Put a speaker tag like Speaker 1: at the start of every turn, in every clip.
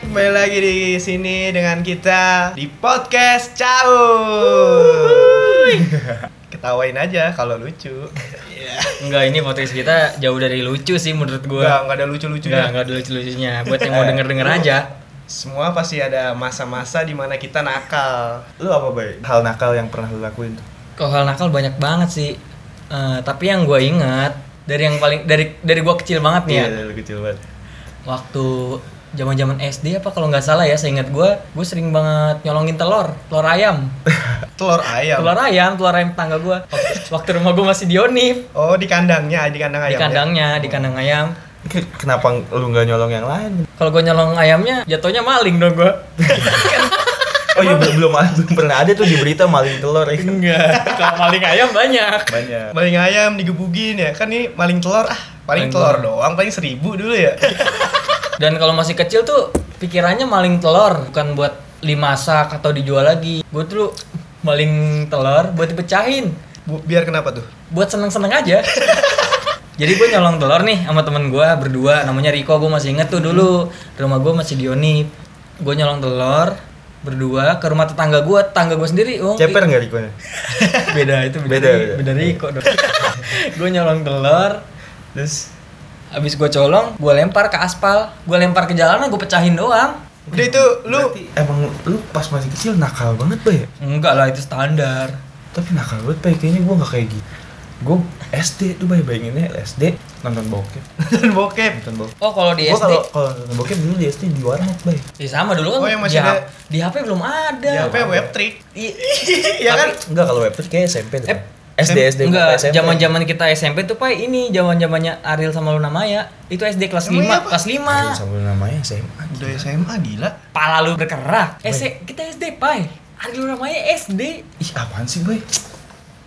Speaker 1: Kembali lagi di sini dengan kita di podcast Cau. Ketawain aja kalau lucu.
Speaker 2: Enggak, ini podcast kita jauh dari lucu sih menurut
Speaker 1: Enggak, ya. Eh.
Speaker 2: gua.
Speaker 1: enggak ada
Speaker 2: Enggak,
Speaker 1: lucu-lucunya.
Speaker 2: enggak ada lucu-lucunya. Buat yang mau denger-denger aja.
Speaker 1: Semua pasti ada masa-masa di mana kita nakal.
Speaker 3: Lu apa bay? Hal nakal yang pernah lu lakuin tuh?
Speaker 2: Kalau hal nakal banyak banget sih. Eh, tapi yang gua ingat dari yang paling dari dari gua kecil banget nih ya.
Speaker 1: Iya.
Speaker 3: dari lu kecil banget.
Speaker 2: Waktu zaman-zaman SD apa kalau nggak salah ya, seingat gua, gua sering banget nyolongin telur, telur ayam.
Speaker 1: Iya. Telur ayam.
Speaker 2: Telur ayam, telur ayam tetangga gua. Waktu, waktu rumah gua masih di Onif.
Speaker 1: Oh, di kandangnya, di kandang ayam. ya?
Speaker 2: Di
Speaker 1: iya.
Speaker 2: kandangnya, di kandang ayam.
Speaker 3: Ke- Kenapa ng- lu nggak nyolong yang lain?
Speaker 2: Kalau gua nyolong ayamnya, jatuhnya maling dong gua.
Speaker 3: Oh iya belum, belum belum pernah ada tuh di berita maling telur ya kan?
Speaker 2: Enggak. Kalau maling ayam banyak.
Speaker 3: Banyak.
Speaker 1: Iya. Maling ayam digebugin ya. Kan ini maling telur ah. Paling
Speaker 2: Maling
Speaker 1: telur doang, paling seribu dulu ya.
Speaker 2: Dan kalau masih kecil tuh pikirannya maling telur bukan buat dimasak atau dijual lagi. Gue dulu maling telur buat dipecahin,
Speaker 1: Bu- Biar kenapa tuh?
Speaker 2: buat seneng-seneng aja. Jadi gue nyolong telur nih sama temen gue berdua, namanya Riko, gue masih inget tuh dulu rumah gue masih di Onif. Gue nyolong telur berdua ke rumah tetangga gue, tetangga gue sendiri. Oh,
Speaker 3: Ceper nggak rikonya?
Speaker 2: beda itu beda
Speaker 3: Beda,
Speaker 2: beda,
Speaker 3: beda.
Speaker 2: Riko dong. gue nyolong telur, terus abis gue colong, gue lempar ke aspal, gue lempar ke jalanan, gue pecahin doang.
Speaker 1: Udah itu lu
Speaker 3: Berarti emang lu pas masih kecil nakal banget bay ya?
Speaker 2: Enggak lah itu standar.
Speaker 3: Tapi nakal banget bay, kayaknya gua nggak kayak gitu. Gua SD tuh bay, bayanginnya SD nonton bokep,
Speaker 1: nonton bokep.
Speaker 3: nonton bokep.
Speaker 2: Oh kalau di
Speaker 3: Gua
Speaker 2: SD,
Speaker 3: kalau kalau nonton bokep dulu di SD di warnet bay.
Speaker 2: ya sama dulu kan.
Speaker 1: Oh, yang masih
Speaker 2: di,
Speaker 1: ada-
Speaker 2: di HP belum ada.
Speaker 3: Iya,
Speaker 1: Ya, apa ya, web trick?
Speaker 2: I-
Speaker 1: Iya kan?
Speaker 3: Enggak kalau webtoon kayak SMP tuh.
Speaker 2: Eh,
Speaker 3: SD SD
Speaker 2: enggak,
Speaker 3: SMP.
Speaker 2: zaman-zaman kita SMP tuh pak ini zaman-zamannya Ariel sama Luna Maya itu SD kelas
Speaker 1: Emang iya,
Speaker 2: 5,
Speaker 1: Pak?
Speaker 2: kelas 5.
Speaker 3: Aduh, sama namanya SMA.
Speaker 1: Udah SMA gila.
Speaker 2: Pala lu berkerak. SD, kita SD pak. Ariel Luna Maya SD.
Speaker 3: Ih apaan sih bay?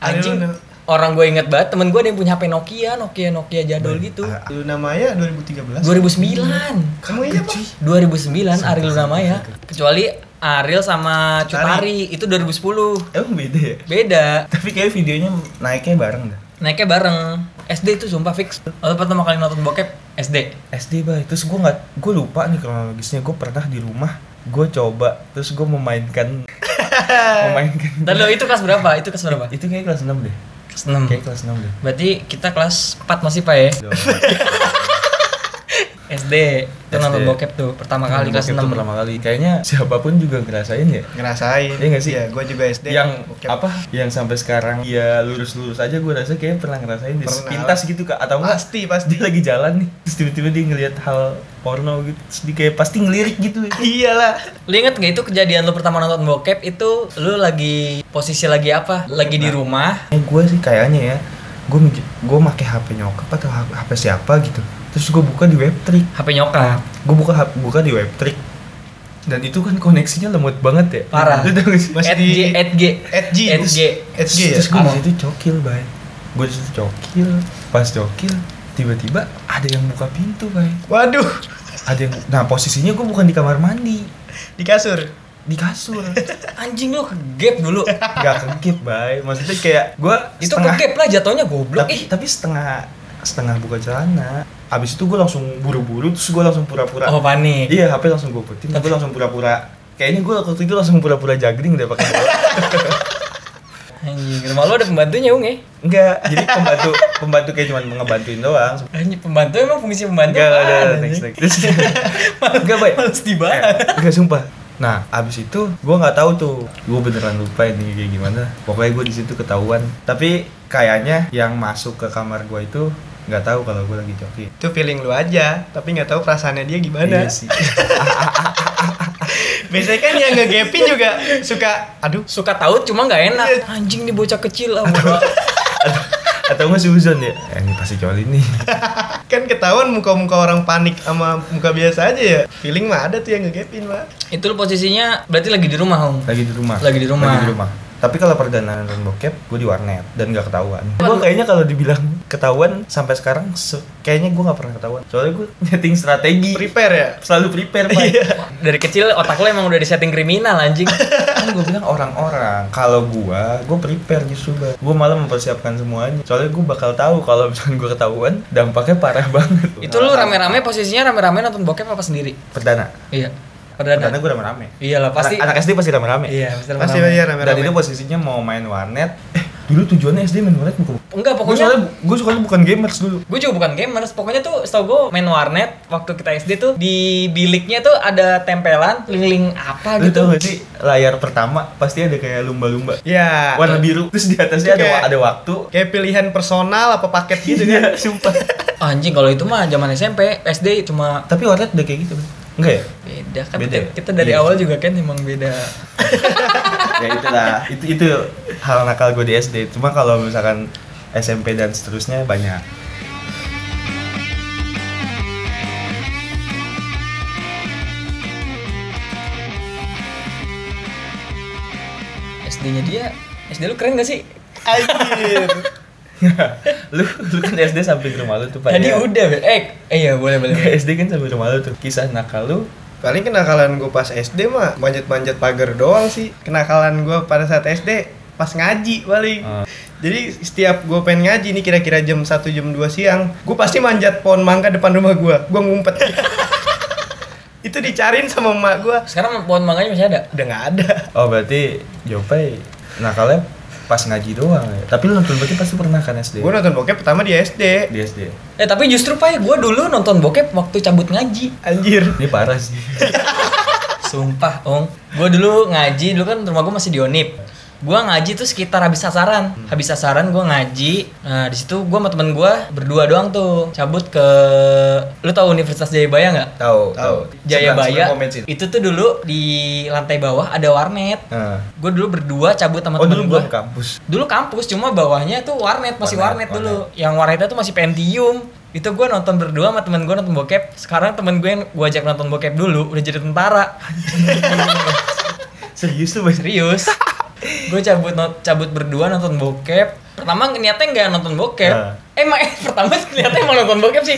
Speaker 1: Ariel
Speaker 2: Anjing.
Speaker 1: Luna-
Speaker 2: Orang gue inget banget, temen gue ada yang punya HP Nokia, Nokia Nokia jadul gitu.
Speaker 3: Ah,
Speaker 1: Lu namanya 2013.
Speaker 2: 2009.
Speaker 1: Kamu iya apa?
Speaker 2: 2009 Ariel Luna Maya. Kecuali Ariel sama Cutari itu 2010.
Speaker 3: Emang beda ya?
Speaker 2: Beda.
Speaker 3: Tapi kayak videonya naiknya bareng dah.
Speaker 2: Naiknya bareng. SD itu sumpah fix. Waktu pertama kali nonton bokep SD.
Speaker 3: SD bay, terus gue nggak, gue lupa nih kronologisnya. Gue pernah di rumah, gue coba, terus gue memainkan, memainkan.
Speaker 2: Dan lo itu kelas berapa? Itu kelas berapa?
Speaker 3: Itu kayak kelas 6 deh,
Speaker 2: Kelas 6.
Speaker 3: kayak kelas 6 deh.
Speaker 2: Berarti kita kelas 4 masih Pak ya. SD. Itu
Speaker 3: SD.
Speaker 2: nonton bokep tuh pertama kali kelas
Speaker 3: Bokep
Speaker 2: 6.
Speaker 3: tuh pertama kali. Kayaknya siapapun juga ngerasain ya.
Speaker 1: Ngerasain.
Speaker 3: Iya nggak sih?
Speaker 1: Iya, gua juga SD.
Speaker 3: yang
Speaker 1: Bokep.
Speaker 3: apa? Yang sampai sekarang ya lurus-lurus aja gue rasa kayak pernah ngerasain deh.
Speaker 1: Pernah.
Speaker 3: Pintas gitu kak, atau
Speaker 2: Ah.
Speaker 3: enggak?
Speaker 1: Pasti, pasti.
Speaker 3: Dia lagi jalan nih, terus tiba-tiba dia ngelihat hal porno gitu, terus dia kayak pasti ngelirik gitu.
Speaker 1: Iyalah.
Speaker 2: Lu inget gak itu kejadian lu pertama nonton bokep itu lu lagi posisi lagi apa? Lagi di rumah.
Speaker 3: Eh, gue sih kayaknya ya, gue gue make HP nyokap atau HP siapa gitu. Terus gue buka di webtrick,
Speaker 2: HP nyokap.
Speaker 3: gue buka hap- buka di webtrick. Dan itu kan koneksinya lemot banget ya.
Speaker 2: Parah.
Speaker 3: Lu tau gak sih?
Speaker 1: Masih
Speaker 2: At
Speaker 1: di-
Speaker 2: G, at G.
Speaker 1: At G.
Speaker 2: At G.
Speaker 1: At G ya?
Speaker 3: Terus gue
Speaker 2: Parah.
Speaker 3: disitu cokil bay. Gue disitu cokil, pas cokil tiba-tiba ada yang buka pintu bay.
Speaker 1: Waduh,
Speaker 3: Ada yang, nah posisinya gue bukan di kamar mandi,
Speaker 1: di kasur.
Speaker 3: di kasur.
Speaker 2: Anjing lu ke gap dulu.
Speaker 3: Gak kegip bay, maksudnya kayak gue
Speaker 2: itu ke gap lah jatuhnya goblok.
Speaker 3: tapi,
Speaker 2: Ih,
Speaker 3: tapi setengah setengah buka celana abis itu gue langsung buru-buru terus gue langsung pura-pura
Speaker 2: oh panik.
Speaker 3: iya HP langsung gue putin gue langsung pura-pura kayaknya gue waktu itu langsung pura-pura jagring deh pakai bola
Speaker 2: Anjing, rumah lu ada pembantunya, Ung ya?
Speaker 3: enggak jadi pembantu pembantu kayak cuma ngebantuin doang
Speaker 2: Anjing, pembantu emang fungsi pembantu
Speaker 3: enggak
Speaker 2: apaan,
Speaker 3: ada next Iya.
Speaker 2: anjing?
Speaker 3: next Terus- enggak baik
Speaker 2: Males dibahas.
Speaker 3: enggak sumpah Nah, abis itu gue nggak tahu tuh, gue beneran lupa ini kayak gimana. Pokoknya gue di situ ketahuan. Tapi kayaknya yang masuk ke kamar gue itu nggak tahu kalau gue lagi joki.
Speaker 1: Itu feeling lu aja, tapi nggak tahu perasaannya dia gimana.
Speaker 3: Iya sih.
Speaker 1: Biasanya kan yang ngegapin juga suka, aduh,
Speaker 2: Suka tahu cuma nggak enak.
Speaker 3: Iya.
Speaker 2: Anjing nih bocah kecil ah. bodoh.
Speaker 3: atau nggak Suzon ya Eh, ini pasti Jolin nih
Speaker 1: kan ketahuan muka-muka orang panik sama muka biasa aja ya. Feeling mah ada tuh yang ngegapin, Pak.
Speaker 2: itu lu posisinya berarti lagi di rumah, Ung.
Speaker 3: lagi di rumah
Speaker 2: Lagi di rumah.
Speaker 3: lagi di rumah tapi kalau perjalanan nonton bokep gue di warnet dan nggak ketahuan gue kayaknya kalau dibilang ketahuan sampai sekarang se- kayaknya gue nggak pernah ketahuan soalnya gue nyeting strategi
Speaker 1: Prepare ya.
Speaker 3: selalu prepare Pak.
Speaker 2: Iya. Dari kecil otak lu emang udah disetting kriminal anjing.
Speaker 3: kan gue bilang orang-orang kalau gue gue prepare justru gue malah mempersiapkan semuanya soalnya gue bakal tahu kalau misalnya gue ketahuan dampaknya parah banget
Speaker 2: itu lu rame-rame posisinya rame-rame nonton bokep apa sendiri?
Speaker 3: perdana
Speaker 2: Iya. perdana.
Speaker 3: Karena gue rame-rame.
Speaker 2: Iyalah Nah, pasti.
Speaker 3: Anak, anak SD pasti rame-rame.
Speaker 2: Iya, pasti.
Speaker 1: Pasti
Speaker 2: rame-rame.
Speaker 1: iya
Speaker 3: Dan itu
Speaker 1: rame-rame.
Speaker 3: posisinya mau main warnet. Eh, dulu tujuannya SD main warnet bukan.
Speaker 2: Enggak,
Speaker 3: Gue
Speaker 2: pokoknya
Speaker 3: soalnya gue soalnya bukan gamers dulu.
Speaker 2: Gue juga bukan gamers, pokoknya tuh setau gue main warnet waktu kita SD tuh di biliknya tuh ada tempelan link-link apa
Speaker 3: Lu
Speaker 2: gitu. Iya.
Speaker 3: tau gak sih layar pertama pasti ada kayak lumba-lumba
Speaker 1: Ya.
Speaker 3: warna biru terus di atasnya
Speaker 1: Itu
Speaker 3: ada
Speaker 1: kayak-
Speaker 3: ada waktu
Speaker 1: Kayak pilihan personal apa paket gitu kan.
Speaker 3: Iya, sumpah.
Speaker 2: Anjing kalau itu mah zaman SMP, SD cuma
Speaker 3: Tapi warnet udah kayak gitu. Enggak ya?
Speaker 2: beda kan
Speaker 3: Beda ya?
Speaker 2: kita, kita dari
Speaker 3: Iya.
Speaker 2: awal juga kan emang beda.
Speaker 3: ya itulah. Itu itu hal nakal gue di SD. Cuma kalau misalkan SMP dan seterusnya banyak.
Speaker 2: SD-nya dia, SD lu keren gak sih?
Speaker 1: Anjir.
Speaker 3: lu lu kan SD sampai ke rumah lu tuh Pak.
Speaker 2: Tadi
Speaker 3: ya?
Speaker 2: udah, Bel. eh, eh iya boleh boleh.
Speaker 3: Nggak, SD kan sampai rumah lu tuh kisah nakal lu.
Speaker 1: Paling kenakalan gue pas SD mah manjat-manjat pagar doang sih. Kenakalan gue pada saat SD pas ngaji paling.
Speaker 3: Hmm.
Speaker 1: Jadi setiap gue pengen ngaji nih kira-kira jam 1 jam 2 siang, gue pasti manjat pohon mangga depan rumah gue. Gue ngumpet. Itu dicariin sama emak gue.
Speaker 2: Sekarang pohon manganya masih ada.
Speaker 1: Udah nggak ada.
Speaker 3: Oh berarti Jopai nakalnya pas ngaji doang ya. Tapi lu nonton bokep pasti pernah kan SD?
Speaker 1: Gue nonton bokep pertama di SD.
Speaker 3: Di SD.
Speaker 2: Eh tapi justru pak, gue dulu nonton bokep waktu cabut ngaji.
Speaker 1: Anjir.
Speaker 3: Ini parah sih.
Speaker 2: Sumpah, Ong. Gue dulu ngaji, dulu kan rumah gue masih di Unip. Gue ngaji tuh sekitar habis sasaran. Habis sasaran gue ngaji. Nah, di situ gue sama temen gue berdua doang tuh cabut ke lu tahu Universitas Jayabaya nggak?
Speaker 1: Tahu.
Speaker 3: Tahu, tahu.
Speaker 2: Jayabaya.
Speaker 3: Seberang- seberang Komet City.
Speaker 2: Itu tuh dulu di lantai bawah ada warnet.
Speaker 3: Nah.
Speaker 2: Gue dulu berdua cabut sama
Speaker 3: Oh
Speaker 2: temen gue.
Speaker 3: dulu belum kampus.
Speaker 2: Dulu kampus cuma bawahnya tuh warnet, masih warnet,
Speaker 3: Warnet,
Speaker 2: dulu. Yang warnetnya tuh masih Pentium. Itu gue nonton berdua sama temen gue nonton bokep. Sekarang temen gue yang gue ajak nonton bokep dulu udah jadi tentara.
Speaker 3: Serius tuh Mas.
Speaker 2: Serius. gue cabut no- cabut berdua nonton bokep. Pertama niatnya nggak nonton bokep.
Speaker 3: Nah.
Speaker 2: Eh, ma- eh, pertama niatnya emang nonton bokep sih.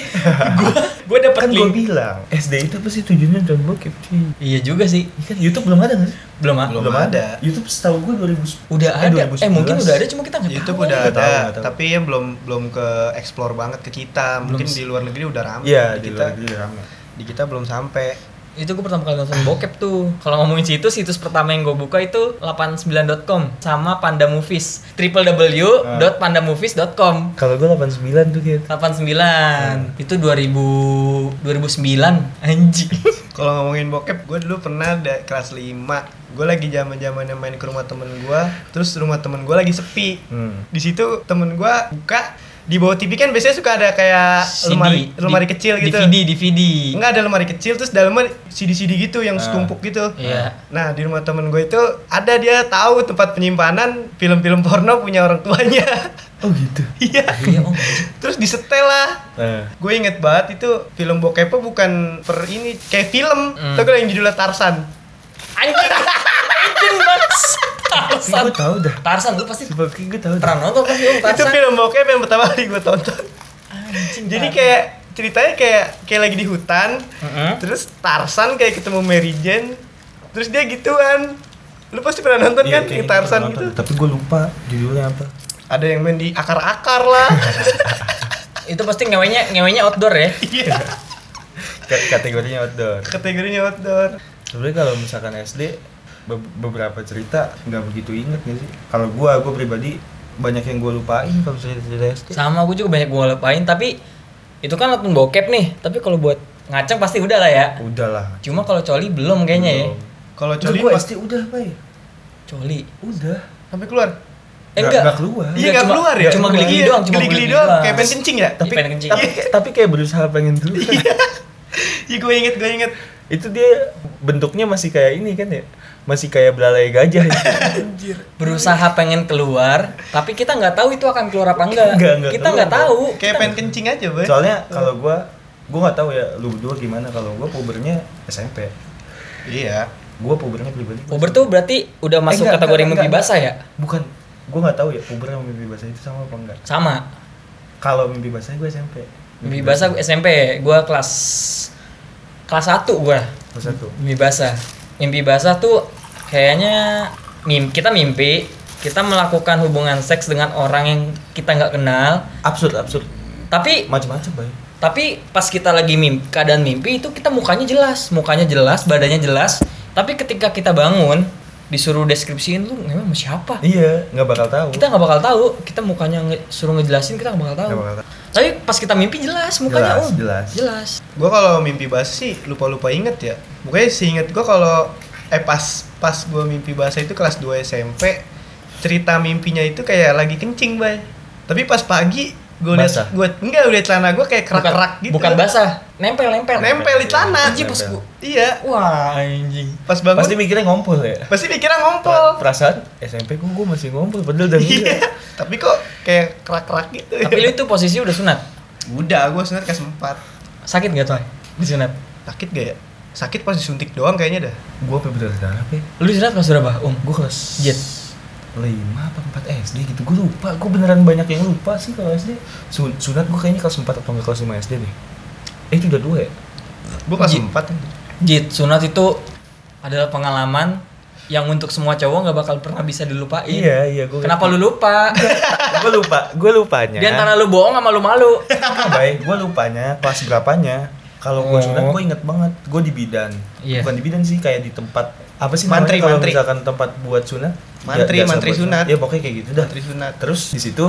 Speaker 2: Gue gue dapet
Speaker 3: Kan gue
Speaker 2: link.
Speaker 3: bilang SD itu pasti tujuannya nonton bokep sih.
Speaker 2: Iya juga sih.
Speaker 3: Ini kan YouTube belum ada nggak sih?
Speaker 2: Belum ah.
Speaker 1: Belum ada.
Speaker 3: YouTube setahu gue 2000.
Speaker 2: Udah
Speaker 3: Eh,
Speaker 2: ada. Eh
Speaker 3: 2011.
Speaker 2: mungkin udah ada cuma kita nggak
Speaker 1: YouTube
Speaker 2: tahu.
Speaker 1: udah
Speaker 3: Nggak tahu,
Speaker 1: ada,
Speaker 3: nggak tahu.
Speaker 1: tapi ya belum belum ke explore banget ke kita. Mungkin
Speaker 2: Belum
Speaker 1: di luar negeri udah ramai. di,
Speaker 3: Iya, di
Speaker 1: kita
Speaker 3: luar negeri rame.
Speaker 1: di kita belum sampai.
Speaker 2: Itu gue pertama kali nonton bokep tuh. Kalau ngomongin situs, situs pertama yang gue buka itu 89.com sama Panda Movies. www.pandamovies.com.
Speaker 3: Kalau gue 89 tuh gitu.
Speaker 2: 89.
Speaker 1: Hmm.
Speaker 2: Itu 2000 2009 anjing.
Speaker 1: Kalau ngomongin bokep, gue dulu pernah ada kelas 5 Gue lagi zaman zamannya main ke rumah temen gue, terus rumah temen gue lagi sepi.
Speaker 3: Hmm.
Speaker 1: Di situ temen gue buka di bawah TV kan biasanya suka ada kayak
Speaker 2: CD,
Speaker 1: lemari lemari
Speaker 2: di-
Speaker 1: kecil gitu.
Speaker 2: DVD, DVD.
Speaker 1: Enggak ada lemari kecil terus dalamnya CD-CD gitu yang
Speaker 3: Ah.
Speaker 1: setumpuk gitu.
Speaker 2: Iya.
Speaker 1: Nah, di rumah temen gue itu ada dia tahu tempat penyimpanan film-film porno punya orang tuanya.
Speaker 3: Oh gitu.
Speaker 1: Iya.
Speaker 2: Iya, Om.
Speaker 1: Terus disetel lah.
Speaker 3: Nah,
Speaker 1: Gue inget banget itu film bokepnya bukan per ini kayak film.
Speaker 2: Hmm.
Speaker 1: Tau gak yang judulnya Tarsan?
Speaker 2: Anjing. Anjing banget. Tarsan.
Speaker 3: gue tahu dah.
Speaker 2: Tarsan lu pasti
Speaker 3: Sebab gue tahu dah.
Speaker 2: pernah nonton pasti Om
Speaker 1: Itu
Speaker 2: Tarsan.
Speaker 1: film bokep yang pertama kali gue tonton.
Speaker 2: Anjing,
Speaker 1: Jadi
Speaker 2: Tar-
Speaker 1: kayak ceritanya kayak kayak lagi di hutan.
Speaker 2: Mm-mm.
Speaker 1: Terus Tarsan kayak ketemu Mary Jane. Terus dia gituan. Lu pasti pernah nonton kan
Speaker 3: Iya, kayaknya
Speaker 1: yang
Speaker 3: gua
Speaker 1: Tarsan
Speaker 3: pernah
Speaker 1: gitu?
Speaker 3: nonton. Tapi gue lupa judulnya apa.
Speaker 1: Ada yang main di akar-akar lah.
Speaker 2: itu pasti ngewenya ngewenya outdoor ya.
Speaker 1: Iya.
Speaker 3: Ka- Kategorinya outdoor.
Speaker 1: Kategorinya outdoor.
Speaker 3: Sebenarnya kalau misalkan SD be- beberapa cerita nggak begitu inget gak sih? Kalau gue, gue pribadi banyak yang gue lupain kalau cerita cerita SD.
Speaker 2: Sama gue juga banyak gue lepain tapi itu kan nonton bokep nih. Tapi kalau buat ngaceng pasti udah lah ya.
Speaker 3: Udahlah.
Speaker 2: Cuma kalau coli belum kayaknya ya.
Speaker 3: Belum.
Speaker 1: Kalau
Speaker 3: Udah
Speaker 1: coli
Speaker 3: gue
Speaker 1: pas
Speaker 3: SD udah, Bay.
Speaker 2: Coli.
Speaker 3: Udah.
Speaker 1: sampai keluar.
Speaker 2: Eh
Speaker 3: Nggak-
Speaker 2: enggak.
Speaker 3: nggak keluar.
Speaker 1: Iya nggak
Speaker 2: cuma-
Speaker 1: keluar ya?
Speaker 2: Cuma geli-geli
Speaker 1: Iya,
Speaker 2: doang, cuma
Speaker 1: geli-geli
Speaker 2: geli-geli
Speaker 1: doang,
Speaker 2: doang.
Speaker 1: kayak pengen kencing ya?
Speaker 3: Tapi,
Speaker 2: pengen kencing.
Speaker 3: tapi, tapi kayak berusaha pengen dulu.
Speaker 1: Iya gue inget, gue inget.
Speaker 3: itu dia bentuknya masih kayak ini kan ya masih kayak belalai gajah ya.
Speaker 2: berusaha pengen keluar tapi kita nggak tahu itu akan keluar apa enggak,
Speaker 3: Nggak, nggak
Speaker 2: kita nggak
Speaker 3: keluar.
Speaker 2: tahu
Speaker 1: Kayak pengen kencing aja, boy.
Speaker 3: soalnya kalau gua gua nggak tahu ya lu berdua gimana kalau gua pubernya SMP
Speaker 1: Iya.
Speaker 3: gua pubernya pribadi gua
Speaker 2: puber
Speaker 3: SMP.
Speaker 2: tuh berarti udah
Speaker 1: Eh,
Speaker 2: masuk
Speaker 3: Eh, enggak,
Speaker 2: kategori
Speaker 3: enggak,
Speaker 2: mimpi
Speaker 3: enggak,
Speaker 2: basah ya
Speaker 3: bukan gua nggak tahu ya puber sama mimpi basah itu sama apa enggak
Speaker 2: sama
Speaker 3: kalau mimpi basah gua SMP
Speaker 2: mimpi basah gua SMP gua kelas kelas 1 gua
Speaker 3: Kelas satu
Speaker 2: mimpi basah mimpi basah tuh kayaknya mim kita mimpi kita melakukan hubungan seks dengan orang yang kita nggak kenal
Speaker 3: absurd absurd
Speaker 2: tapi
Speaker 3: macam-macam bay
Speaker 2: Tapi pas kita lagi mimpi, keadaan mimpi itu kita mukanya jelas, mukanya jelas, badannya jelas. Tapi ketika kita bangun, disuruh deskripsiin lu memang sama siapa?
Speaker 3: Iya, nggak bakal tahu.
Speaker 2: Kita nggak bakal tahu. Kita mukanya nge- suruh ngejelasin kita nggak bakal tahu.
Speaker 3: Nggak bakal tahu.
Speaker 2: Tapi pas kita mimpi jelas mukanya
Speaker 3: Jelas,
Speaker 2: om.
Speaker 3: jelas.
Speaker 2: Jelas.
Speaker 1: Gue kalau mimpi bahasa sih lupa-lupa inget ya. Pokoknya seinget gue kalau eh pas pas gue mimpi bahasa itu kelas 2 SMP cerita mimpinya itu kayak lagi kencing bay. Tapi pas pagi gue
Speaker 3: Basah.
Speaker 1: liat gue enggak udah celana gue kayak
Speaker 2: Bukan-
Speaker 1: kerak-kerak gitu.
Speaker 2: Bukan basah, nempel-nempel.
Speaker 1: Nempel
Speaker 3: iya.
Speaker 1: di celana.
Speaker 2: Anjing pas gua-
Speaker 1: Iya.
Speaker 2: Wah, anjing.
Speaker 1: Pas bangun
Speaker 3: Pasti
Speaker 1: pasti,
Speaker 3: mikirnya ngompol ya.
Speaker 1: mikirnya
Speaker 3: Pra-
Speaker 1: ngompol.
Speaker 3: perasaan SMP gue, gue masih ngompol padahal udah
Speaker 1: Iya.
Speaker 3: gila.
Speaker 1: Tapi kok kayak kerak-kerak gitu.
Speaker 2: Tapi lu itu posisi udah sunat.
Speaker 1: udah gue sebenarnya kelas 4.
Speaker 2: Sakit gak tuh? Disunat.
Speaker 1: Sakit gak ya? Sakit pas disuntik doang kayaknya dah.
Speaker 3: Gue apa berdarah darah apa?
Speaker 2: Lu disunat kelas berapa, Um? Om?
Speaker 3: Gue kelas
Speaker 2: Jet.
Speaker 3: 5 apa 4 SD gitu. Gue lupa, gue beneran banyak yang lupa sih kalau SD. Sun- sunat gue kayaknya kelas 4 atau nggak kelas 5 SD deh. Eh itu udah dua ya?
Speaker 1: Gue kelas
Speaker 2: Ji-
Speaker 1: 4 ya.
Speaker 2: Jit, sunat itu adalah pengalaman yang untuk semua cowok nggak bakal pernah bisa dilupain.
Speaker 3: Iya, iya, gua
Speaker 2: Kenapa lu
Speaker 3: ngerti. Ya.
Speaker 2: lupa?
Speaker 3: gue lupa, gue lupanya.
Speaker 2: Di antara lu bohong sama lu malu.
Speaker 3: Nggak, Bay. Gue Oh, lupanya kelas berapanya. Kalau gue
Speaker 2: Oh.
Speaker 3: sunat gue inget banget, gue di bidan.
Speaker 2: Iya.
Speaker 3: Bukan di bidan sih, kayak di tempat apa sih
Speaker 1: Mantri,
Speaker 3: namanya kalau
Speaker 1: mantri.
Speaker 3: misalkan tempat buat sunat?
Speaker 1: Mantri,
Speaker 3: Ja- jasa
Speaker 1: mantri
Speaker 3: buat
Speaker 1: sunat.
Speaker 3: Ya pokoknya kayak gitu dah.
Speaker 1: Mantri sunat.
Speaker 3: Terus di situ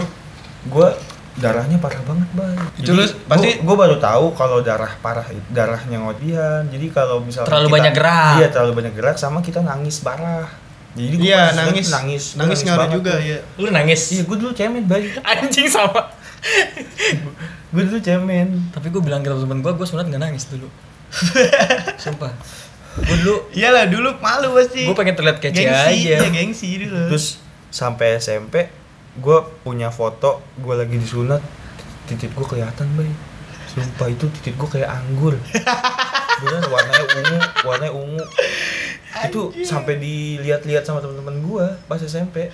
Speaker 3: gue darahnya parah banget bang.
Speaker 1: Itu lu pasti-
Speaker 3: gue baru tahu kalau darah parah itu- darahnya ngodian. Jadi kalau misalnya
Speaker 2: Terlalu banyak gerak.
Speaker 3: Iya terlalu banyak gerak sama kita nangis parah. Jadi gua pas
Speaker 1: Iya
Speaker 3: sunat
Speaker 1: nangis,
Speaker 3: nangis,
Speaker 1: nangis,
Speaker 3: gua
Speaker 1: ngaruh
Speaker 3: banget
Speaker 1: juga
Speaker 3: tuh.
Speaker 1: ya.
Speaker 2: Lu
Speaker 3: Iya
Speaker 2: nangis.
Speaker 3: gue dulu cemen bang.
Speaker 2: Anjing sama.
Speaker 3: Gue dulu cemen.
Speaker 2: Tapi gue bilang ke temen gue, gue sunat nggak nangis dulu. Sumpah. Gue dulu
Speaker 1: Iyalah dulu malu pasti.
Speaker 2: Gua pengen terlihat kece
Speaker 1: gengsi,
Speaker 2: aja.
Speaker 1: Iya gengsi dulu.
Speaker 3: Terus sampai SMP gue punya foto gue lagi disunat titik gue kelihatan bay sumpah itu titik gue kayak anggur bener warnanya ungu warnanya ungu itu sampai dilihat-lihat sama teman-teman gue pas SMP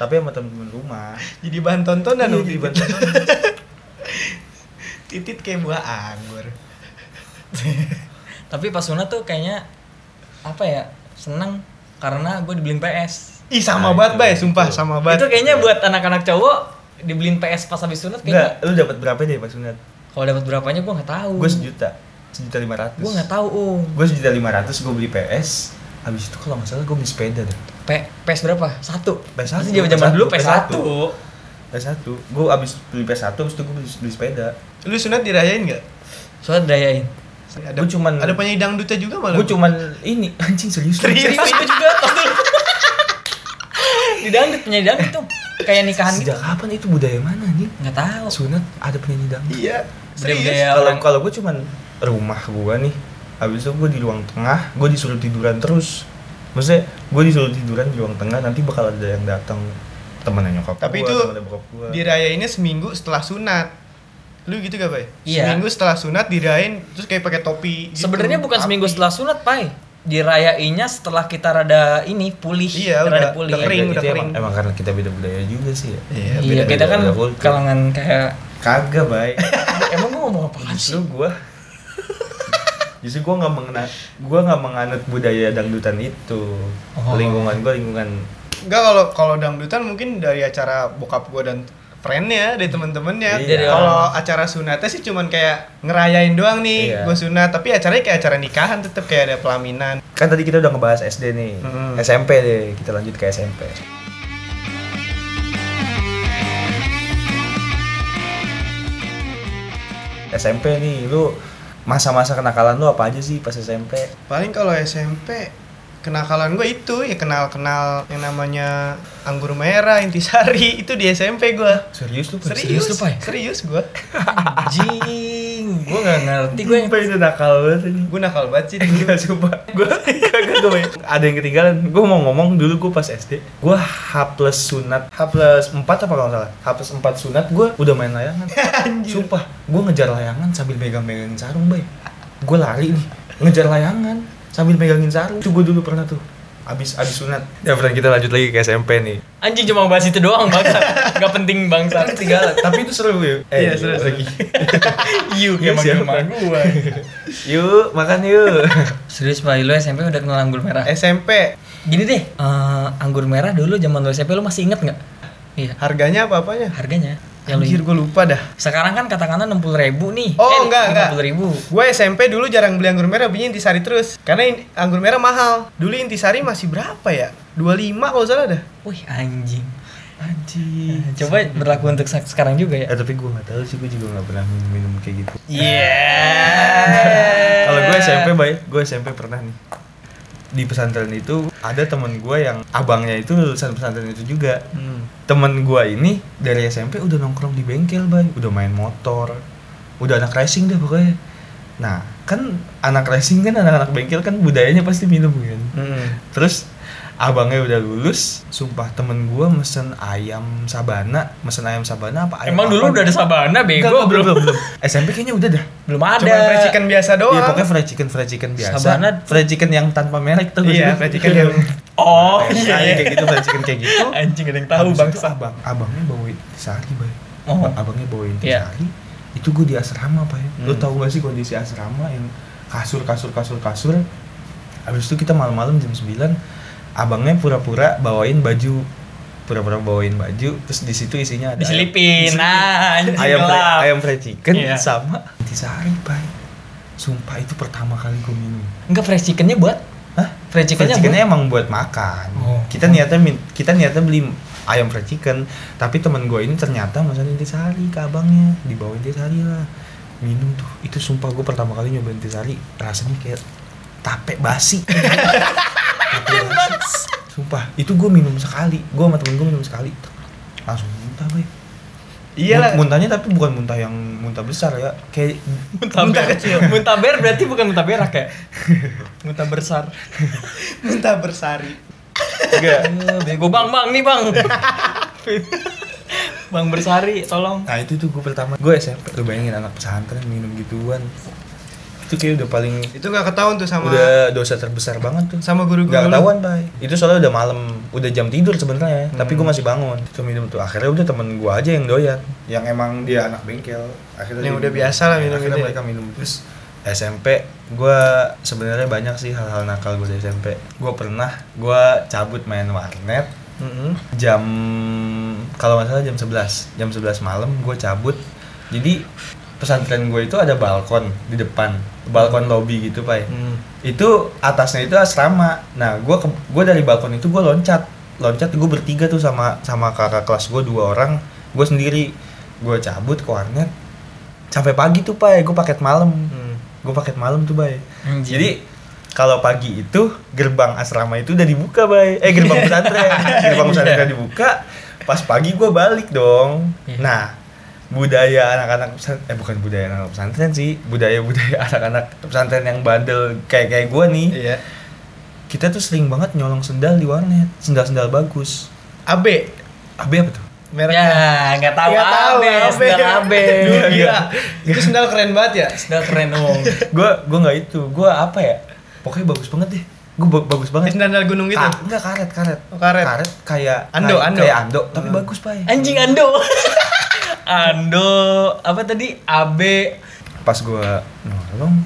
Speaker 3: tapi sama teman-teman rumah
Speaker 1: jadi bahan tontonan
Speaker 3: Iya,
Speaker 1: waktu
Speaker 3: jadi
Speaker 1: itu.
Speaker 3: bahan tontonan.
Speaker 1: titit kayak buah anggur.
Speaker 2: Tapi pas sunat tuh kayaknya apa ya seneng karena gue dibeliin PS.
Speaker 1: Ih sama
Speaker 3: Nah,
Speaker 1: banget
Speaker 3: itu,
Speaker 1: bay, sumpah
Speaker 3: itu.
Speaker 1: sama banget.
Speaker 2: Itu kayaknya
Speaker 3: Iya.
Speaker 2: buat anak-anak cowok dibeliin PS pas habis sunat
Speaker 3: enggak
Speaker 2: kayaknya.
Speaker 3: lu dapat berapa deh pas sunat
Speaker 2: Kalau dapat berapanya gue nggak tahu.
Speaker 3: gue sejuta sejuta lima ratus
Speaker 2: Gue nggak tahu om.
Speaker 3: gue sejuta lima ratus gue beli PS habis itu kalau nggak salah gue beli sepeda deh
Speaker 2: P- PS berapa? Satu.
Speaker 3: PS satu,
Speaker 2: Pasti zaman zaman
Speaker 3: PS
Speaker 2: dulu
Speaker 3: satu,
Speaker 2: PS
Speaker 3: PS
Speaker 2: satu.
Speaker 3: satu. PS1 gue abis beli PS1 abis itu gue beli, beli sepeda
Speaker 1: Lu sunat dirayain nggak?
Speaker 2: Soalnya dayain.
Speaker 1: Ada,
Speaker 3: Gua cuman-
Speaker 1: ada penyanyi dangdutnya juga malah.
Speaker 3: gue cuman ini anjing serius
Speaker 1: Serius?
Speaker 2: Serius gue juga. tos dulu. Di dangdut penyanyi dangdut tuh kayak nikahan gitu.
Speaker 3: sejak kapan itu budaya mana anjing
Speaker 2: Nggak tahu.
Speaker 3: sunat ada penyanyi dangdut
Speaker 1: Iya.
Speaker 2: Budaya-budaya
Speaker 1: Serius.
Speaker 3: kalau
Speaker 2: orang-
Speaker 3: kalau gue cuman rumah gue nih abis itu gue di ruang tengah gue disuruh tiduran terus maksudnya gue disuruh tiduran di ruang tengah nanti bakal ada yang datang temennya nyokap
Speaker 1: Tapi
Speaker 3: gua,
Speaker 1: itu
Speaker 3: temennya bokap gue
Speaker 1: dirayainnya seminggu setelah sunat. Lu gitu gak, Bay?
Speaker 2: Iya.
Speaker 1: Seminggu setelah sunat dirayain terus kayak pakai topi gitu.
Speaker 2: Sebenarnya bukan
Speaker 1: Tapi-
Speaker 2: seminggu setelah sunat, Pai. Dirayainya setelah kita rada ini pulih,
Speaker 1: Iya,
Speaker 2: rada
Speaker 1: udah-
Speaker 2: pulih.
Speaker 1: udah kering, udah
Speaker 3: emang,
Speaker 1: kering.
Speaker 3: emang karena kita beda budaya juga sih
Speaker 1: Iya,
Speaker 3: ya
Speaker 2: Iya,
Speaker 3: beda-beda,
Speaker 2: kita kan
Speaker 3: beda kultur.
Speaker 2: kalangan kayak
Speaker 3: kagak baik
Speaker 2: emang gua ngomong apa sih?
Speaker 3: justru gue justru gue nggak mengena gue nggak menganut budaya dangdutan itu
Speaker 2: Oh.
Speaker 3: lingkungan gue lingkungan
Speaker 1: Enggak kalau kalau dangdutan mungkin dari acara bokap gua dan friendnya dari temen-temennya
Speaker 3: Iya.
Speaker 1: kalau acara sunatnya sih cuman kayak ngerayain doang nih
Speaker 3: Iya.
Speaker 1: gua sunat tapi acaranya kayak acara nikahan tetep kayak ada pelaminan
Speaker 3: kan tadi kita udah ngebahas SD nih
Speaker 1: Mm.
Speaker 3: SMP deh kita lanjut ke SMP SMP nih lu masa-masa kenakalan lu apa aja sih pas SMP
Speaker 1: paling kalau SMP kenakalan gue itu ya kenal-kenal yang namanya anggur merah intisari itu di SMP gua
Speaker 3: serius lu
Speaker 2: serius ya?
Speaker 1: serius
Speaker 2: lu, Pai?
Speaker 1: serius gua
Speaker 2: Anjing, gua enggak ngerti gua yang
Speaker 3: gue itu nakal banget ini
Speaker 1: gua nakal banget sih dulu.
Speaker 3: Enggak, sumpah Gue kagak gue Ada yang ketinggalan Gue mau ngomong dulu gue pas SD Gue H plus sunat H plus 4 apa kalau nggak salah H plus 4 sunat Gue udah main layangan
Speaker 1: Anjir.
Speaker 3: Sumpah Gue ngejar layangan sambil megang-megang sarung bay Gue lari nih Ngejar layangan Sambil megangin sarung Itu gue dulu pernah tuh Abis, abis sunat Ya friend kita lanjut lagi ke SMP nih
Speaker 2: anjing cuma bahas itu doang bangsa. Enggak penting bangsa.
Speaker 3: Ketinggalan Tapi itu seru ya
Speaker 1: Iya, seru, seru.
Speaker 3: lagi.
Speaker 2: Iu kayak
Speaker 3: Iya, Siapa?
Speaker 2: manggil gua.
Speaker 3: Yuk makan yuk
Speaker 2: Serius, Pai, lu SMP udah kenal anggur merah.
Speaker 1: SMP
Speaker 2: Gini deh, eh, anggur merah dulu zaman lu SMP lu masih inget nggak? Iya.
Speaker 1: harganya apa apanya
Speaker 2: Harganya
Speaker 3: Ya,
Speaker 2: Yang lu
Speaker 1: Anjir gue lupa dah.
Speaker 2: Sekarang kan katakanlah 60 ribu nih.
Speaker 1: Oh, enggak, enggak.
Speaker 2: 50 ribu.
Speaker 1: Gue SMP dulu jarang beli anggur merah, belinya intisari terus. Karena in- anggur merah mahal. Dulu intisari masih berapa ya? 25 kalau salah dah.
Speaker 2: Wih anjing.
Speaker 3: Anjing.
Speaker 2: Nah, Coba berlaku untuk sa- sekarang juga ya.
Speaker 3: Eh tapi gue gak tahu sih, gue juga gak pernah minum kayak gitu
Speaker 2: Iya.
Speaker 3: Kalau gue SMP, baik, gue SMP pernah nih di pesantren itu ada temen gue yang abangnya itu lulusan pesantren itu juga temen gue ini dari SMP udah nongkrong di bengkel bay udah main motor udah anak racing deh pokoknya nah kan anak racing kan anak-anak bengkel kan budayanya pasti minum kan
Speaker 1: Hmm.
Speaker 3: terus abangnya udah lulus sumpah temen gue mesen ayam sabana mesen ayam sabana apa ayam
Speaker 2: Emang
Speaker 3: apa?
Speaker 2: dulu udah ada sabana
Speaker 3: Enggak,
Speaker 2: bego
Speaker 3: enggak, belum
Speaker 2: belum.
Speaker 3: belum belum SMP kayaknya udah dah
Speaker 2: Belum ada.
Speaker 1: Cuma fried chicken biasa doang.
Speaker 3: Iya pokoknya fried chicken fried chicken biasa.
Speaker 2: Sabana.
Speaker 3: fried chicken yang tanpa merek tuh.
Speaker 1: Iya, fried chicken yang
Speaker 2: Oh
Speaker 3: iya.
Speaker 2: iya.
Speaker 3: kayak gitu fried chicken kayak gitu.
Speaker 2: Anjing ada yang tahu
Speaker 3: Habis itu
Speaker 2: bangsa.
Speaker 3: Abang, abangnya bawain sari, Bay.
Speaker 2: Oh.
Speaker 3: Abang- Abangnya bawain
Speaker 2: Iya.
Speaker 3: sari. Itu gue di asrama, Pak.
Speaker 1: Hmm.
Speaker 3: Lo tau gak sih kondisi asrama yang kasur kasur kasur kasur. Habis itu kita malam-malam jam 9 abangnya pura-pura bawain baju pura-pura bawain baju terus di situ isinya ada ayam-
Speaker 2: Diselipin. Nah, anjing
Speaker 3: ayam fri-
Speaker 2: gelap.
Speaker 3: ayam fried chicken
Speaker 2: Iya.
Speaker 3: sama intisari bay sumpah itu pertama kali gue minum
Speaker 2: Enggak fried chickennya buat
Speaker 3: Hah?
Speaker 2: fried
Speaker 3: fried
Speaker 2: chickennya
Speaker 3: chickennya emang buat makan
Speaker 2: Oh.
Speaker 3: kita niatnya min- kita niatnya beli ayam fried chicken tapi teman gue ini ternyata pesan intisari ke abangnya dibawa intisari lah minum tuh itu sumpah gue pertama kali nyoba intisari rasanya kayak tape basi Tape basi. sumpah itu gue minum sekali gue sama temen gue minum sekali langsung muntah bay
Speaker 1: Iyalah.
Speaker 3: Mun- muntahnya tapi bukan muntah yang muntah besar ya kayak
Speaker 2: Muntaber kecil. Muntaber berarti bukan muntaberak ya? Muntaber sar.
Speaker 1: Muntah bersari.
Speaker 3: enggak
Speaker 2: Eh, Bego bang bang nih bang. bang bersari tolong.
Speaker 3: Nah itu tuh gue pertama Gue SMP Lu bayangin anak pesantren minum gituan Itu kayak udah paling
Speaker 1: Itu nggak ketahuan tuh sama
Speaker 3: Udah dosa terbesar banget tuh
Speaker 1: sama guru gue.
Speaker 3: Gak
Speaker 1: dulu.
Speaker 3: ketahuan bay Itu soalnya udah malam Udah jam tidur sebenarnya
Speaker 1: Hmm.
Speaker 3: Tapi gue masih bangun Itu minum tuh Akhirnya udah temen gue aja yang doyan Yang emang dia anak bengkel
Speaker 1: Yang
Speaker 3: Akhirnya dia
Speaker 1: udah biasa lah minum
Speaker 3: Akhirnya
Speaker 1: gitu ya.
Speaker 3: mereka minum Terus SMP gue sebenarnya banyak sih hal-hal nakal gue di SMP Gue pernah gue cabut main warnet
Speaker 1: Mm-mm.
Speaker 3: jam kalau nggak salah jam 11 jam 11 malam gue cabut jadi pesantren gue itu ada balkon di depan balkon lobby gitu pak
Speaker 1: Hmm.
Speaker 3: itu atasnya itu asrama nah gue gue dari balkon itu gue loncat loncat gue bertiga tuh sama sama kakak kelas gue dua orang gue sendiri gue cabut ke warnet sampai pagi tuh pak gue paket malam
Speaker 1: Hmm.
Speaker 3: gue paket malam tuh bay
Speaker 2: Anjing.
Speaker 3: jadi kalau pagi itu gerbang asrama itu udah dibuka bay eh gerbang pesantren
Speaker 2: Iya.
Speaker 3: gerbang pesantren udah dibuka pas pagi gue balik dong
Speaker 2: Iya.
Speaker 3: nah budaya anak-anak pesantren eh bukan budaya anak-anak pesantren sih budaya budaya anak-anak pesantren yang bandel kayak kayak gue nih
Speaker 1: Iya.
Speaker 3: kita tuh sering banget nyolong sendal di warnet sendal sendal bagus
Speaker 1: AB
Speaker 3: AB apa tuh
Speaker 1: mereknya.
Speaker 2: Ya, nggak tahu
Speaker 1: Nggak tahu,
Speaker 2: abes,
Speaker 1: Abe.
Speaker 2: nggak abes.
Speaker 1: Dulu
Speaker 3: Iya.
Speaker 1: gila. Itu sendal keren banget ya.
Speaker 2: Sudah keren dong.
Speaker 3: gue gue nggak itu gue apa ya pokoknya bagus banget deh gue bagus banget
Speaker 1: Sendal gunung gitu.
Speaker 3: Ka- enggak karet, karet.
Speaker 1: Oh, karet.
Speaker 3: kayak
Speaker 1: Ando,
Speaker 3: kayak-
Speaker 1: ando.
Speaker 3: Kayak ando, tapi
Speaker 1: Hmm.
Speaker 3: bagus, Pak.
Speaker 2: Anjing Ando. Ando apa tadi? AB
Speaker 3: Pas gua nolong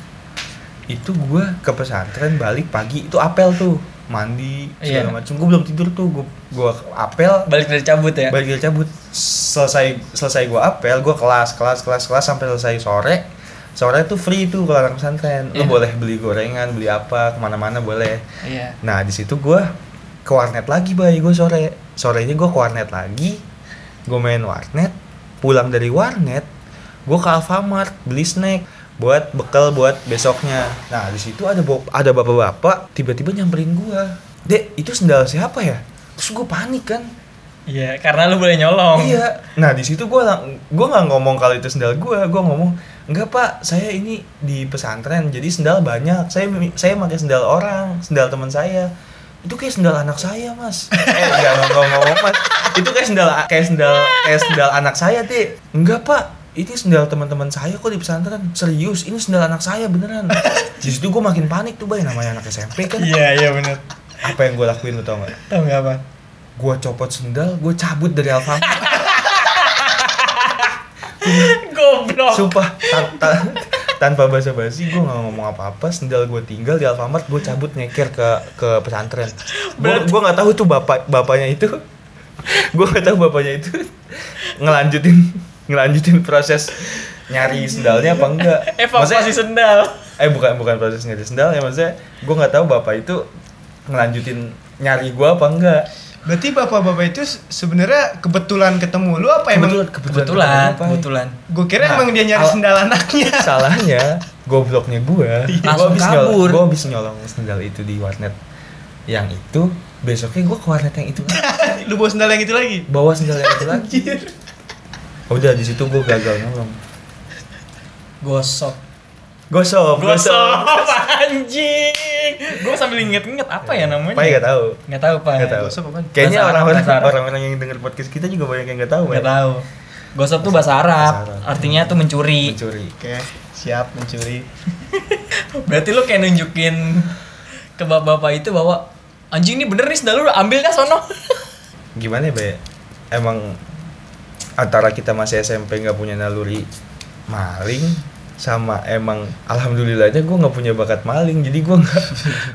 Speaker 3: itu gua ke pesantren balik pagi itu apel tuh mandi segala
Speaker 2: Iya.
Speaker 3: macem gue belum tidur tuh gua gua apel
Speaker 2: balik dari cabut ya.
Speaker 3: balik dia cabut selesai selesai gua apel gua kelas kelas kelas kelas sampai selesai sore sore tuh free tuh kalau anak pesantren lu
Speaker 2: Iya.
Speaker 3: boleh beli gorengan beli apa kemana-mana boleh
Speaker 2: Iya.
Speaker 3: Nah di situ gue ke warnet lagi bay gue sore sorenya gue ke warnet lagi gue main warnet pulang dari warnet gue ke Alfamart beli snack buat bekal buat besoknya nah di situ ada bop- ada bapak-bapak tiba-tiba nyamperin gue dek itu sendal siapa ya terus gue panik kan
Speaker 2: Iya, karena lu boleh nyolong.
Speaker 3: iya nah di situ gue lang- gue nggak ngomong kalau itu sendal gue gue ngomong enggak pak saya ini di pesantren jadi sendal banyak saya mi- saya pakai sendal orang sendal teman saya itu kayak sendal anak saya mas eh nggak ngomong ngomong mas itu kayak sendal kayak sendal kayak sendal anak saya deh enggak pak ini sendal teman-teman saya kok di pesantren serius ini sendal anak saya beneran di situ gue makin panik tuh bay namanya anak SMP kan
Speaker 2: Iya, iya benar.
Speaker 3: apa yang gue lakuin lu tau gak
Speaker 2: Tahu nggak apa?
Speaker 3: gue copot sendal gue cabut dari Alfamart
Speaker 2: Goblok.
Speaker 3: Sumpah, tan- tan- tanpa basa-basi gue gak ngomong apa-apa, sendal gue tinggal di Alfamart, gue cabut nyeker ke ke pesantren. Gue
Speaker 2: Berarti-
Speaker 3: gue nggak tahu tuh bapak bapaknya itu, gue nggak tahu bapaknya itu ngelanjutin ngelanjutin proses nyari sendalnya apa enggak
Speaker 2: Evakuasi sendal.
Speaker 3: eh bukan bukan proses nyari sendal ya maksudnya gue nggak tahu bapak itu ngelanjutin nyari gue apa enggak
Speaker 1: Berarti bapak-bapak itu se- sebenarnya kebetulan ketemu lu apa emang?
Speaker 2: ya? Kebetulan, ya?
Speaker 3: ketemu, Pak.
Speaker 2: kebetulan.
Speaker 1: Gue kira
Speaker 3: Nah,
Speaker 1: emang dia nyari
Speaker 3: al-
Speaker 1: sendal anaknya.
Speaker 3: salahnya gobloknya gua
Speaker 2: Iya. Langsung
Speaker 3: gua habis
Speaker 2: kabur.
Speaker 3: gua habis nyolong sendal itu di warnet yang itu besoknya gua ke warnet yang itu lagi.
Speaker 1: lu bawa sendal yang itu lagi.
Speaker 3: bawa sendal yang itu lagi Oh, udah di situ gua gagal nyolong
Speaker 2: Gosok.
Speaker 3: gosok
Speaker 2: Gosok anjing. Gue sambil inget-inget apa ya namanya? Eh,
Speaker 3: apa ya nggak tahu
Speaker 2: Nggak tahu, Pak.
Speaker 3: nggak tahu
Speaker 1: Gosok apaan?
Speaker 3: kayaknya
Speaker 2: Bahasa Arab,
Speaker 3: orang-orang
Speaker 2: bahasa Arab.
Speaker 3: orang-orang yang denger podcast kita juga banyak yang nggak tahu
Speaker 2: Nggak
Speaker 3: ya.
Speaker 2: tahu. Gosok tuh bahasa Arab,
Speaker 3: Bahasa Arab.
Speaker 2: artinya tuh mencuri.
Speaker 3: mencuri
Speaker 1: Oke, siap mencuri.
Speaker 2: Berarti lu kayak nunjukin ke bapak-bapak itu bahwa anjing ini bener nih sendal lu ambil dah sono.
Speaker 3: gimana ya Be? emang antara kita masih SMP nggak punya naluri maling sama emang alhamdulillahnya gue nggak punya bakat maling jadi gue nggak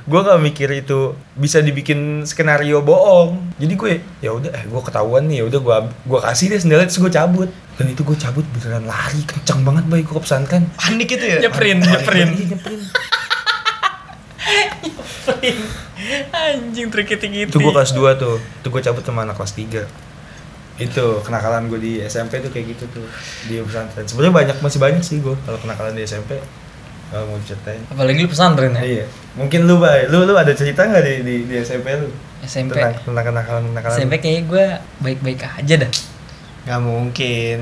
Speaker 3: gue nggak mikir itu bisa dibikin skenario bohong jadi gue ya udah eh gue ketahuan nih ya udah gue gue kasih deh sendalnya terus gue cabut dan itu gue cabut beneran lari kencang banget baik gue kepesankan
Speaker 1: Panik itu ya?
Speaker 2: Nyeprin, nyeprin.
Speaker 3: Iya, nyeprin.
Speaker 2: anjing trikiti
Speaker 3: itu gue kelas 2 tuh itu gue cabut sama anak kelas 3 itu kenakalan gue di SMP tuh kayak gitu tuh di pesantren sebenarnya banyak masih banyak sih gue kalau kenakalan di SMP kalau mau ceritain
Speaker 2: Apalagi lu pesantren
Speaker 3: Nah,
Speaker 2: ya?
Speaker 3: iya mungkin lu bay lu lu ada cerita nggak di, di di SMP lu
Speaker 2: SMP.
Speaker 3: tentang tentang kenakalan kenakalan
Speaker 2: SMP kayaknya gue baik-baik aja dah.
Speaker 1: Gak mungkin.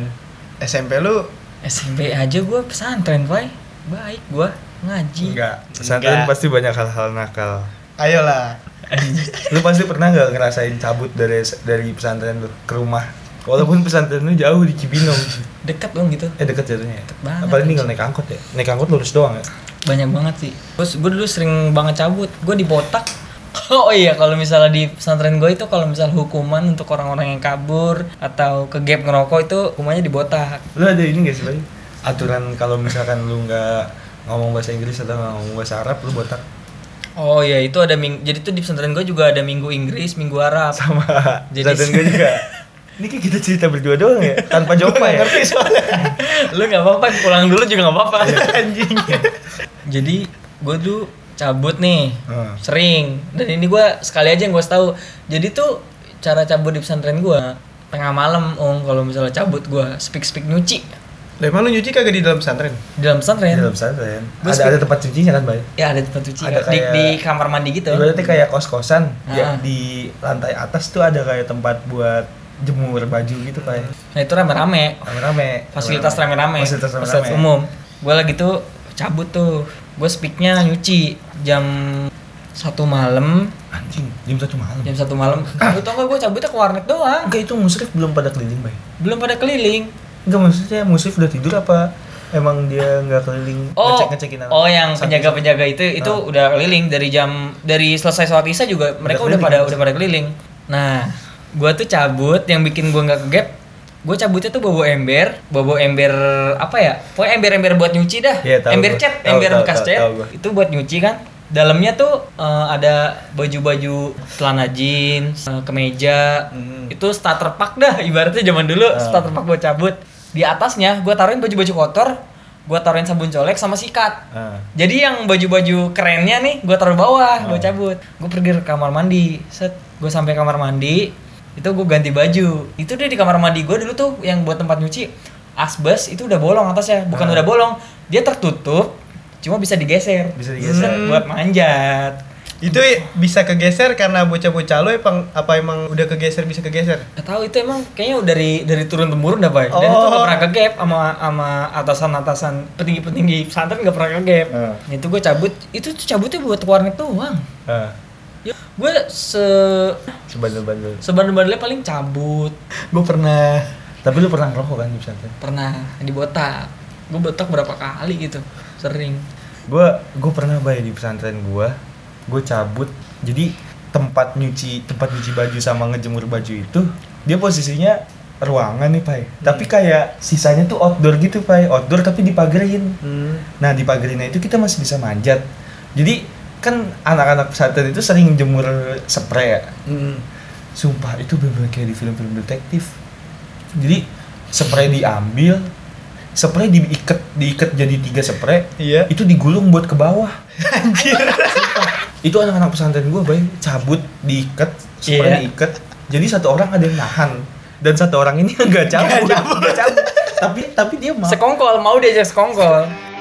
Speaker 1: SMP lu
Speaker 2: SMP aja gue pesantren, Pak. Baik gue ngaji.
Speaker 3: enggak pesantren
Speaker 1: Enggak.
Speaker 3: pasti banyak hal-hal nakal
Speaker 1: ayolah.
Speaker 3: lu pasti pernah nggak ngerasain cabut dari dari pesantren lu ke rumah walaupun pesantren lu jauh di Cibinong
Speaker 2: Dekat dong gitu.
Speaker 3: eh deket jatuhnya ya
Speaker 2: Deket banget,
Speaker 3: apalagi nih kalau
Speaker 2: anjing.
Speaker 3: naik angkot ya naik angkot lurus doang ya
Speaker 2: Banyak banget sih. Terus gue dulu sering banget cabut. Gue di botak. Oh iya, kalau misalnya di pesantren gue itu kalau misal hukuman untuk orang-orang yang kabur atau ke gap ngerokok itu hukumannya di botak.
Speaker 3: lu ada ini gak sih Bay? aturan kalau misalkan lu nggak ngomong bahasa Inggris atau nggak ngomong bahasa Arab lu botak
Speaker 2: Oh iya, itu ada ming jadi tuh di pesantren gue juga ada minggu Inggris, minggu Arab.
Speaker 3: sama
Speaker 2: Jadi-
Speaker 3: jadi gue juga ini kayak kita cerita berdua doang ya tanpa Jopa ya
Speaker 2: lu nggak apa-apa pulang dulu juga nggak apa-apa anjing jadi gue dulu cabut nih
Speaker 3: Hmm.
Speaker 2: sering dan ini gue sekali aja yang gue tahu jadi tuh cara cabut di pesantren gue tengah malam om kalau misalnya cabut gue speak speak nyuci
Speaker 1: Lah emang lu nyuci kagak di dalam pesantren?
Speaker 2: di dalam pesantren
Speaker 3: di dalam pesantren
Speaker 2: Gua
Speaker 3: ada
Speaker 2: sih-
Speaker 3: ada tempat cucinya kan Bay
Speaker 2: ya ada tempat cuci
Speaker 3: Iya. Ada
Speaker 2: kan? di,
Speaker 3: kayak-
Speaker 2: di kamar mandi gitu
Speaker 3: ibaratnya kayak kos kosan
Speaker 2: Ah.
Speaker 3: ya di lantai atas tuh ada kayak tempat buat jemur baju gitu kayak
Speaker 2: nah itu rame-rame
Speaker 3: rame-rame
Speaker 2: fasilitas rame-rame
Speaker 3: fasilitas
Speaker 2: fasilitas
Speaker 3: rame-rame
Speaker 2: umum gue lagi tuh cabut tuh gue speaknya nyuci jam satu malam
Speaker 3: anjing jam satu malam
Speaker 2: jam satu malam lu tau gak gue cabutnya ke warnet doang
Speaker 3: enggak itu musrif belum pada keliling Bay
Speaker 2: belum pada keliling
Speaker 3: enggak maksudnya musrif udah tidur apa emang dia nggak keliling
Speaker 2: oh
Speaker 3: ngecekin anak
Speaker 2: oh yang
Speaker 3: Sampai-
Speaker 2: penjaga penjaga itu itu
Speaker 3: Ah.
Speaker 2: udah keliling dari jam dari selesai sholat isya juga mereka udah
Speaker 3: keliling. ya?
Speaker 2: pada udah pada keliling nah gue tuh cabut yang bikin gue nggak kegap gue cabutnya tuh bawa ember bawa ember apa ya pokoknya ember ember buat nyuci dah
Speaker 3: Iya, tahu
Speaker 2: ember
Speaker 3: gua.
Speaker 2: cat
Speaker 3: Tahu,
Speaker 2: ember
Speaker 3: tahu,
Speaker 2: bekas
Speaker 3: tahu,
Speaker 2: cat
Speaker 3: tahu gua.
Speaker 2: itu buat nyuci kan dalamnya tuh eh, ada baju-baju celana jeans eh, kemeja
Speaker 1: Hmm.
Speaker 2: itu starter pack dah ibaratnya zaman dulu
Speaker 3: Ah.
Speaker 2: starter pack gue cabut di atasnya gue taruhin baju-baju kotor gue taruhin sabun colek sama sikat
Speaker 3: Ah.
Speaker 2: jadi yang baju-baju kerennya nih gue taruh bawah gue
Speaker 3: Ah.
Speaker 2: cabut gue pergi ke kamar mandi set gue sampai kamar mandi itu gue ganti baju itu deh di kamar mandi gue dulu tuh yang buat tempat nyuci asbes itu udah bolong atasnya bukan
Speaker 3: Ah.
Speaker 2: udah bolong dia tertutup cuma bisa digeser
Speaker 3: Bisa digeser.
Speaker 2: Set, buat manjat
Speaker 1: Itu bisa kegeser karena bocah-bocah lu emang apa emang udah kegeser bisa kegeser?
Speaker 2: Gak tahu itu emang kayaknya udah dari dari turun temurun dah pak. Dan itu
Speaker 1: Oh.
Speaker 2: gak pernah ke gap sama sama atasan atasan petinggi petinggi pesantren gak pernah ke gap.
Speaker 3: Ah.
Speaker 2: Nah, Itu gue cabut itu tuh cabutnya buat ke warnet doang.
Speaker 3: Ah.
Speaker 2: Ya, gue se
Speaker 3: sebandel-bandel.
Speaker 2: sebandel-bandelnya paling cabut. Gue pernah
Speaker 3: Tapi lu pernah ngerokok kan di pesantren?
Speaker 2: pernah di botak. Gue botak berapa kali gitu sering.
Speaker 3: Gua gua pernah bay di pesantren gua. Gua cabut. Jadi tempat nyuci tempat nyuci baju sama ngejemur baju itu dia posisinya ruangan nih
Speaker 2: Hmm.
Speaker 3: pai tapi kayak sisanya tuh outdoor gitu pai outdoor tapi dipagerin
Speaker 1: Hmm.
Speaker 3: nah dipagerinnya itu kita masih bisa manjat jadi kan anak-anak pesantren itu sering jemur spray ya
Speaker 1: Hmm.
Speaker 3: Sumpah itu bener-bener kayak di film-film detektif. Jadi spray diambil spray diikat diikat jadi tiga spray
Speaker 1: Iya.
Speaker 3: itu digulung buat ke bawah
Speaker 1: Anjir.
Speaker 3: itu anak-anak pesantren gua bay cabut diikat
Speaker 2: Iya.
Speaker 3: spray diiket jadi satu orang ada yang nahan dan satu orang ini nggak cabut, nggak cabut. tapi tapi dia mau
Speaker 2: Sekongkol, mau diajak sekongkol.